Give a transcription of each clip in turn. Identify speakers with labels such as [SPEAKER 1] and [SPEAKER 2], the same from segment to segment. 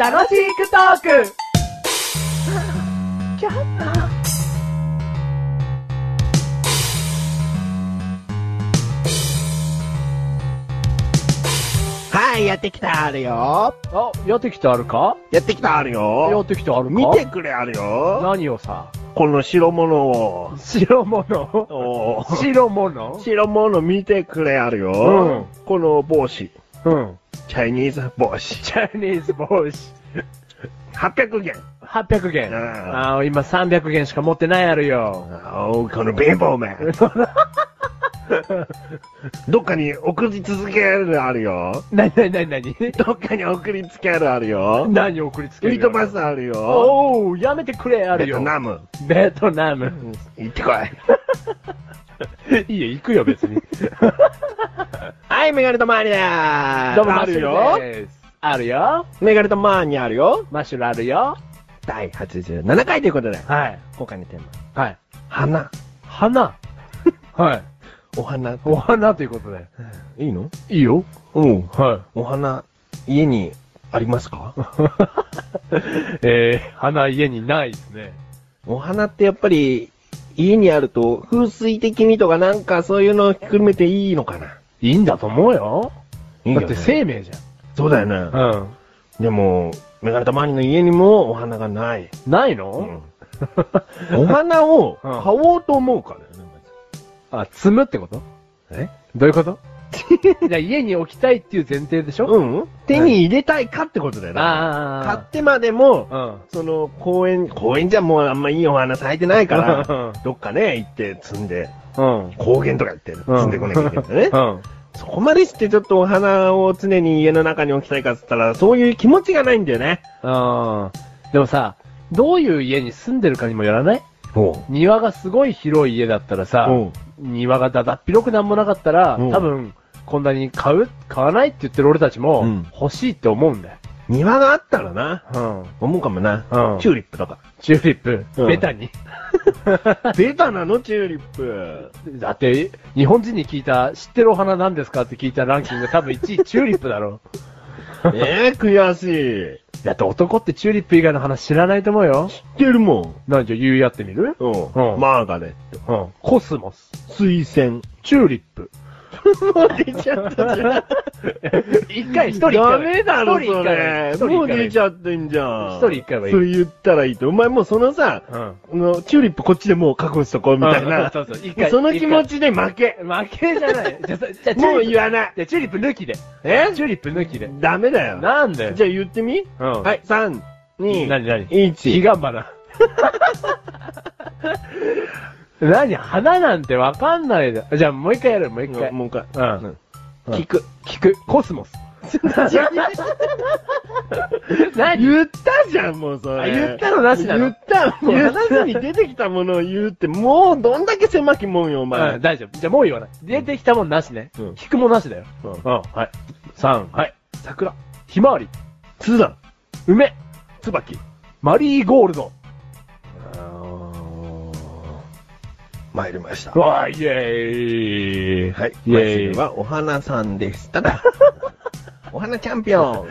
[SPEAKER 1] 楽しくトーク
[SPEAKER 2] はい、やってきたあるよ。
[SPEAKER 3] あ、やってきてあるか
[SPEAKER 2] やってきたある
[SPEAKER 3] や
[SPEAKER 2] よ
[SPEAKER 3] っ。てきてあるか
[SPEAKER 2] 見てくれあるよ。
[SPEAKER 3] 何をさ、
[SPEAKER 2] この白物を。
[SPEAKER 3] 白物
[SPEAKER 2] おー
[SPEAKER 3] 白物
[SPEAKER 2] 白物見てくれあるよ。この帽子。
[SPEAKER 3] うん。
[SPEAKER 2] チャイニーズ帽子。
[SPEAKER 3] チャイニーズ帽子。
[SPEAKER 2] 800元。
[SPEAKER 3] 800
[SPEAKER 2] う
[SPEAKER 3] 元。
[SPEAKER 2] ん
[SPEAKER 3] ああ、今300元しか持ってないやるよ。
[SPEAKER 2] おーこの貧乏 め。どっかに送り続けるあるよ。
[SPEAKER 3] なになになになに
[SPEAKER 2] どっかに送りつけるあるよ。
[SPEAKER 3] 何を送りつけ
[SPEAKER 2] 売
[SPEAKER 3] る
[SPEAKER 2] り飛ばすあるよ。
[SPEAKER 3] おおやめてくれあるよ。
[SPEAKER 2] ベトナム。
[SPEAKER 3] ベトナム。
[SPEAKER 2] 行ってこい。
[SPEAKER 3] いいよ、行くよ、別 に。
[SPEAKER 2] はい、メガネとマーニャ
[SPEAKER 3] どうも、
[SPEAKER 2] あるよ
[SPEAKER 3] マッシュ。ルです。あるよ。
[SPEAKER 2] メガネとマーニャあるよ。
[SPEAKER 3] マッシュルあるよ。
[SPEAKER 2] 第87回ということで、
[SPEAKER 3] はい。
[SPEAKER 2] 今回のテーマ。
[SPEAKER 3] はい。
[SPEAKER 2] 花。
[SPEAKER 3] 花。はい。
[SPEAKER 2] お花。
[SPEAKER 3] お花ということで。
[SPEAKER 2] いいの
[SPEAKER 3] いいよ。
[SPEAKER 2] うん。
[SPEAKER 3] はい。
[SPEAKER 2] お花、家にありますか
[SPEAKER 3] えー、花家にないですね。
[SPEAKER 2] お花ってやっぱり、家にあると、風水的にとかなんかそういうのを含めていいのかな。
[SPEAKER 3] いいんだと思うよ。
[SPEAKER 2] いい
[SPEAKER 3] だ
[SPEAKER 2] よ
[SPEAKER 3] っ
[SPEAKER 2] ね
[SPEAKER 3] て生命じ
[SPEAKER 2] そうだよね。
[SPEAKER 3] ゃん。うん。
[SPEAKER 2] でも、メガネたまりの家にもお花がない。
[SPEAKER 3] ないの、
[SPEAKER 2] お花を買
[SPEAKER 3] うん
[SPEAKER 2] おうと思うからね。
[SPEAKER 3] あ、積むってこと
[SPEAKER 2] え
[SPEAKER 3] どういうこと じゃあ家に置きたいっていう前提でしょ、
[SPEAKER 2] うん手に入れたいかってことだよね。買
[SPEAKER 3] あ
[SPEAKER 2] ってまでも、
[SPEAKER 3] あ。
[SPEAKER 2] その、公園、公園じゃもうあんまいいお花咲いてないから、 どっかね、行って摘んで、
[SPEAKER 3] うん。うん。
[SPEAKER 2] 高原とか行って摘んでこなきゃいけないんだね
[SPEAKER 3] う。ん。
[SPEAKER 2] そこまでしてちょっとお花を常に家の中に置きたいかっつったら、そういう気持ちがないんだよね。
[SPEAKER 3] うん。でもさ、どういう家に住んでるかにもよらない
[SPEAKER 2] おう。
[SPEAKER 3] 庭がすごい広い家だったらさ、
[SPEAKER 2] うん
[SPEAKER 3] 庭がだだっ広くなんもなかったら、
[SPEAKER 2] うん
[SPEAKER 3] 多分、こんなに買う買わないって言ってる俺たちも、
[SPEAKER 2] うん
[SPEAKER 3] 欲しいって思うんだよ。
[SPEAKER 2] 庭があったらな、
[SPEAKER 3] うん。
[SPEAKER 2] 思うかもな。
[SPEAKER 3] うん
[SPEAKER 2] チューリップとか。
[SPEAKER 3] チューリップ、
[SPEAKER 2] うん
[SPEAKER 3] ベタに。
[SPEAKER 2] ベタなの、チューリップ。
[SPEAKER 3] だって、日本人に聞いた、知ってるお花なんですかって聞いたランキング多分1位チューリップだろう。
[SPEAKER 2] ええ悔しい。
[SPEAKER 3] だって男ってチューリップ以外の花知らないと思うよ。
[SPEAKER 2] 知ってるもん。
[SPEAKER 3] なんじゃ、言うやってみる
[SPEAKER 2] うん。
[SPEAKER 3] うん
[SPEAKER 2] マーガレット。
[SPEAKER 3] うん。コスモス。
[SPEAKER 2] 水仙。
[SPEAKER 3] チューリッ プ。
[SPEAKER 2] もう出ちゃったじゃん。
[SPEAKER 3] 一回一人一回
[SPEAKER 2] ダメだろ、
[SPEAKER 3] 一人
[SPEAKER 2] それ。
[SPEAKER 3] 一回
[SPEAKER 2] もう
[SPEAKER 3] 一
[SPEAKER 2] 出
[SPEAKER 3] 回
[SPEAKER 2] ちゃってんじゃん。
[SPEAKER 3] 一人一回はいい
[SPEAKER 2] それ言ったらいいと。お前もうそのさ、
[SPEAKER 3] うん。
[SPEAKER 2] あのチューリップこっちでもう確保しとこうみたい
[SPEAKER 3] うん
[SPEAKER 2] な。
[SPEAKER 3] そうそう、一回。
[SPEAKER 2] その気持ちで負け。
[SPEAKER 3] 負けじゃない。 じゃ、じゃじゃ、
[SPEAKER 2] もう
[SPEAKER 3] チューリップ
[SPEAKER 2] 言わない。
[SPEAKER 3] じゃ、チューリップ抜きで。
[SPEAKER 2] え
[SPEAKER 3] チューリップ抜きで。
[SPEAKER 2] ダメだよ。
[SPEAKER 3] なんで
[SPEAKER 2] じゃあ言ってみ、
[SPEAKER 3] うん。。
[SPEAKER 2] はいい、3、2、
[SPEAKER 3] 何何ヒ
[SPEAKER 2] 1。
[SPEAKER 3] ガンバナ。何花なんてわかんないだ。じゃあもう一回やる、もう一回。
[SPEAKER 2] もう一回。
[SPEAKER 3] うん。うん
[SPEAKER 2] 聞く。
[SPEAKER 3] 聞く。コスモス。 何
[SPEAKER 2] 言ったじゃん、もうそ
[SPEAKER 3] あ
[SPEAKER 2] れ。
[SPEAKER 3] 言ったのなしなの
[SPEAKER 2] 言った。もう話に出てきたものを言うって、もうどんだけ狭きもんよ、お
[SPEAKER 3] う
[SPEAKER 2] 前
[SPEAKER 3] ん、。大丈夫。じゃあもう言わない。出てきたもんなしね。
[SPEAKER 2] うん
[SPEAKER 3] 聞くもなしだよ。
[SPEAKER 2] うん
[SPEAKER 3] うん、はい。三、はい。桜。ひまわり。
[SPEAKER 2] ツダン、
[SPEAKER 3] 梅。
[SPEAKER 2] ツバキ。
[SPEAKER 3] マリーゴールド。
[SPEAKER 2] 参りました。は
[SPEAKER 3] わあ、イェーイ。イ
[SPEAKER 2] い。
[SPEAKER 3] ェー
[SPEAKER 2] 今
[SPEAKER 3] イ。
[SPEAKER 2] 週はお花さんでした。 お花チャンピオン。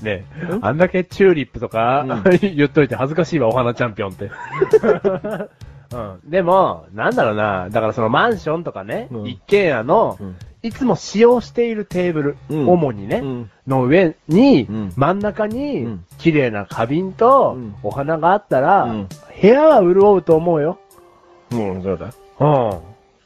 [SPEAKER 3] ねえあんだけチューリップとか、 言っといて恥ずかしいわ、お花チャンピオンって。 うん、でも、なんだろうな、だからそのマンションとかね、
[SPEAKER 2] うん
[SPEAKER 3] 一軒家の、
[SPEAKER 2] うん
[SPEAKER 3] いつも使用しているテーブル、
[SPEAKER 2] うん
[SPEAKER 3] 主にね、
[SPEAKER 2] うん
[SPEAKER 3] の上に、
[SPEAKER 2] うん
[SPEAKER 3] 真ん中に、
[SPEAKER 2] うん
[SPEAKER 3] 綺麗な花瓶と、
[SPEAKER 2] うん
[SPEAKER 3] お花があったら、
[SPEAKER 2] うん
[SPEAKER 3] 部屋は潤うと思うよ。
[SPEAKER 2] うん、そうだ。
[SPEAKER 3] うん。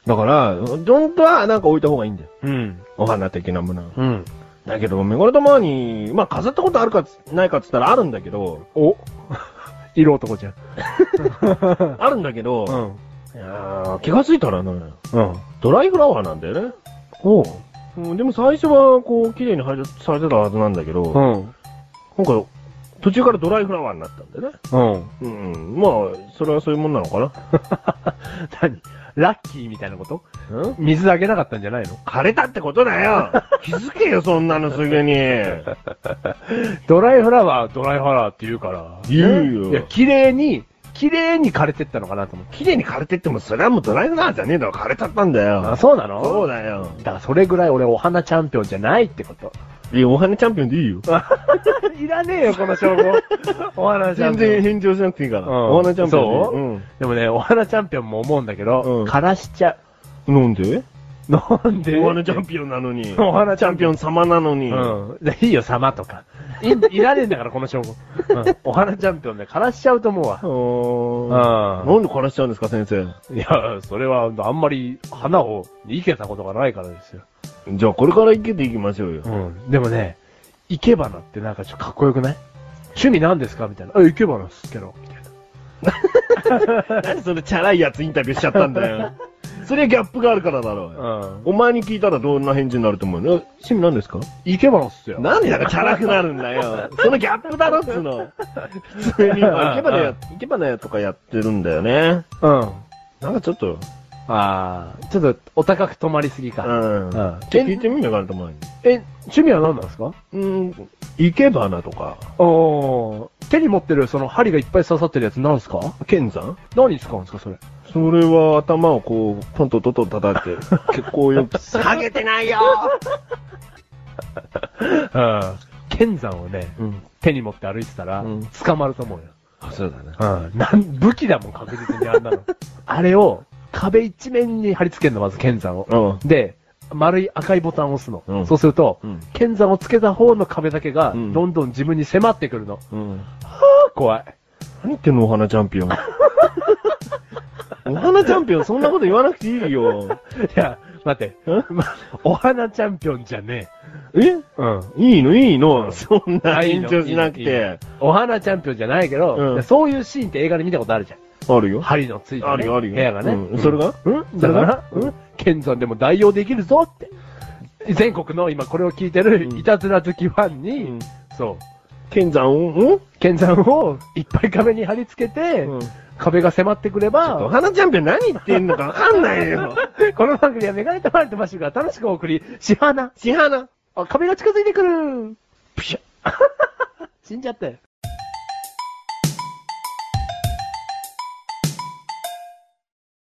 [SPEAKER 2] だから、本当はなんか置いた方がいいんだよ。
[SPEAKER 3] うん。
[SPEAKER 2] お花的なものは。
[SPEAKER 3] うん。
[SPEAKER 2] だけど、メガネ玉に、まあ、飾ったことあるかつ、ないかっつったらあるんだけど、
[SPEAKER 3] お 色男じゃん。
[SPEAKER 2] あるんだけど、
[SPEAKER 3] ん。
[SPEAKER 2] いやー気がついたらね、
[SPEAKER 3] うん。
[SPEAKER 2] ドライフラワーなんだよね。
[SPEAKER 3] おう。
[SPEAKER 2] うん、でも最初は、こう、綺麗に配列されてたはずなんだけど、
[SPEAKER 3] うん。
[SPEAKER 2] 今回、途中からドライフラワーになったんだよね。
[SPEAKER 3] うん。
[SPEAKER 2] うん、うん、まあ、それはそういうもんなのか
[SPEAKER 3] 何ラッキーみたいなこと
[SPEAKER 2] な。うん
[SPEAKER 3] 水あげなかったんじゃないの
[SPEAKER 2] 枯れたってことだ よ気づけよ、そんなのすぐ に。
[SPEAKER 3] ドライフラワー、ドライフラワーって言うから。
[SPEAKER 2] 言うよ
[SPEAKER 3] いや、綺麗に、綺麗に枯れてったのかなと思って。
[SPEAKER 2] 綺麗に枯れてっても、それはもうドライフラワーじゃねえだろ、枯れちゃったんだよ。
[SPEAKER 3] そうなの
[SPEAKER 2] そう
[SPEAKER 3] だ。
[SPEAKER 2] だよ。
[SPEAKER 3] だからそれぐらい俺お花チャンピオンじゃないってこと。
[SPEAKER 2] いや、お花チャンピオンでいいよ。
[SPEAKER 3] いらねえよ、この 称号。お花チャン
[SPEAKER 2] 全
[SPEAKER 3] ピオ
[SPEAKER 2] 然
[SPEAKER 3] ン。
[SPEAKER 2] 返上しなくていいから。
[SPEAKER 3] うん
[SPEAKER 2] お花チャンピオンでいい
[SPEAKER 3] そう
[SPEAKER 2] うん。
[SPEAKER 3] でもね、お花チャンピオンも思うんだけど、
[SPEAKER 2] うん
[SPEAKER 3] 枯らしちゃ
[SPEAKER 2] なんで
[SPEAKER 3] う。なんで
[SPEAKER 2] お花チャンピオンなのに。
[SPEAKER 3] お花チ
[SPEAKER 2] チ
[SPEAKER 3] ャ
[SPEAKER 2] ャ
[SPEAKER 3] ン
[SPEAKER 2] ン
[SPEAKER 3] ピ
[SPEAKER 2] ピ
[SPEAKER 3] オ
[SPEAKER 2] オ
[SPEAKER 3] ン。
[SPEAKER 2] ン様なのに。
[SPEAKER 3] うん。でいいよ、様とか。いいらねえんだから、この称号。うん、お花チャンピオンで枯らしちゃうと思うわ。
[SPEAKER 2] あー
[SPEAKER 3] う
[SPEAKER 2] なんで枯らしちゃうんですか、先生。
[SPEAKER 3] ん。いや、それは、あんまり花を生けたことがないからですよ。
[SPEAKER 2] じゃあ、これから生けていきまし ょうよ。
[SPEAKER 3] うん。でもね、生け花ってなんかちょっとかっこよくない趣味なんですかみたいな。あ、生け花っすけど。みたいな。
[SPEAKER 2] 何それ、チャラいやつインタビューしちゃったんだ よ。それはギャップがあるからだろうよ。
[SPEAKER 3] うん。
[SPEAKER 2] お前に聞いたらどんな返事になると思うの趣味なんですか
[SPEAKER 3] 生け花っすよ。
[SPEAKER 2] なんでなんかチャラくなるんだよ。 そのギャップだろっつうの。普通に、まあ、生け花や、生け花やとかやってるんだよね。
[SPEAKER 3] うん。
[SPEAKER 2] なんかちょっと、
[SPEAKER 3] ああ、ちょっとお高く止まりすぎ
[SPEAKER 2] う
[SPEAKER 3] か。
[SPEAKER 2] ん。
[SPEAKER 3] う
[SPEAKER 2] ちょっ
[SPEAKER 3] ん
[SPEAKER 2] と聞いてみようかなと思うよ。
[SPEAKER 3] え、趣味は何なんですか
[SPEAKER 2] うん、生け花とか、
[SPEAKER 3] おー手に持ってるその針がいっぱい刺さってるやつなんですか
[SPEAKER 2] 剣山
[SPEAKER 3] 何に使うんですかそれ。
[SPEAKER 2] それは頭をこう、トントントントン叩 いて、結構よく。下げてないよ
[SPEAKER 3] うん。剣山をね、
[SPEAKER 2] うん。
[SPEAKER 3] 手に持って歩いてたら、
[SPEAKER 2] うん
[SPEAKER 3] 捕まると思うよ。
[SPEAKER 2] あ、そうだね。
[SPEAKER 3] うん。なん、武器だもん、確実にあんなの。 あれを、壁一面に貼り付けるの、まず剣山を。
[SPEAKER 2] うん。
[SPEAKER 3] で、丸い赤いボタンを押すの。
[SPEAKER 2] うん
[SPEAKER 3] そうすると、
[SPEAKER 2] うん
[SPEAKER 3] 剣山をつけた方の壁だけが、
[SPEAKER 2] うん
[SPEAKER 3] どんどん自分に迫ってくるの。
[SPEAKER 2] うん。
[SPEAKER 3] あ怖い。
[SPEAKER 2] 何言ってんのお花チャンピオン。お花チャンピオン、そんなこと言わなくていいよ。
[SPEAKER 3] いや、待って。 ま、お花チャンピオンじゃね
[SPEAKER 2] え
[SPEAKER 3] え。うん。
[SPEAKER 2] いいのいいのそんな
[SPEAKER 3] あいい
[SPEAKER 2] 緊
[SPEAKER 3] の
[SPEAKER 2] 張しなく
[SPEAKER 3] いいのいい
[SPEAKER 2] て。
[SPEAKER 3] お花チャンピオンじゃないけど、
[SPEAKER 2] うん
[SPEAKER 3] そういうシーンって映画で見たことあるじゃん。
[SPEAKER 2] あるよ。
[SPEAKER 3] 針のついた、ね、
[SPEAKER 2] あるよあるよ
[SPEAKER 3] 部屋がね。
[SPEAKER 2] うんそれが
[SPEAKER 3] うん
[SPEAKER 2] そ
[SPEAKER 3] だ
[SPEAKER 2] れ
[SPEAKER 3] か
[SPEAKER 2] が
[SPEAKER 3] ら、うん剣山でも代用できるぞって。全国の今これを聞いてる
[SPEAKER 2] うん
[SPEAKER 3] いたずら好きファンに、
[SPEAKER 2] うん
[SPEAKER 3] そう。
[SPEAKER 2] 剣山を、
[SPEAKER 3] 剣山をいっぱい壁に貼り付けて、
[SPEAKER 2] うん
[SPEAKER 3] 壁が迫ってくれば、
[SPEAKER 2] お花チャンピオン何言ってんのかわかんな いよ。
[SPEAKER 3] この番組はメガネとマルとマッシュが楽しくお送り、シハナ。
[SPEAKER 2] 千花。
[SPEAKER 3] あ、壁が近づいてくる。
[SPEAKER 2] ピシャ
[SPEAKER 3] 死んじゃったよ。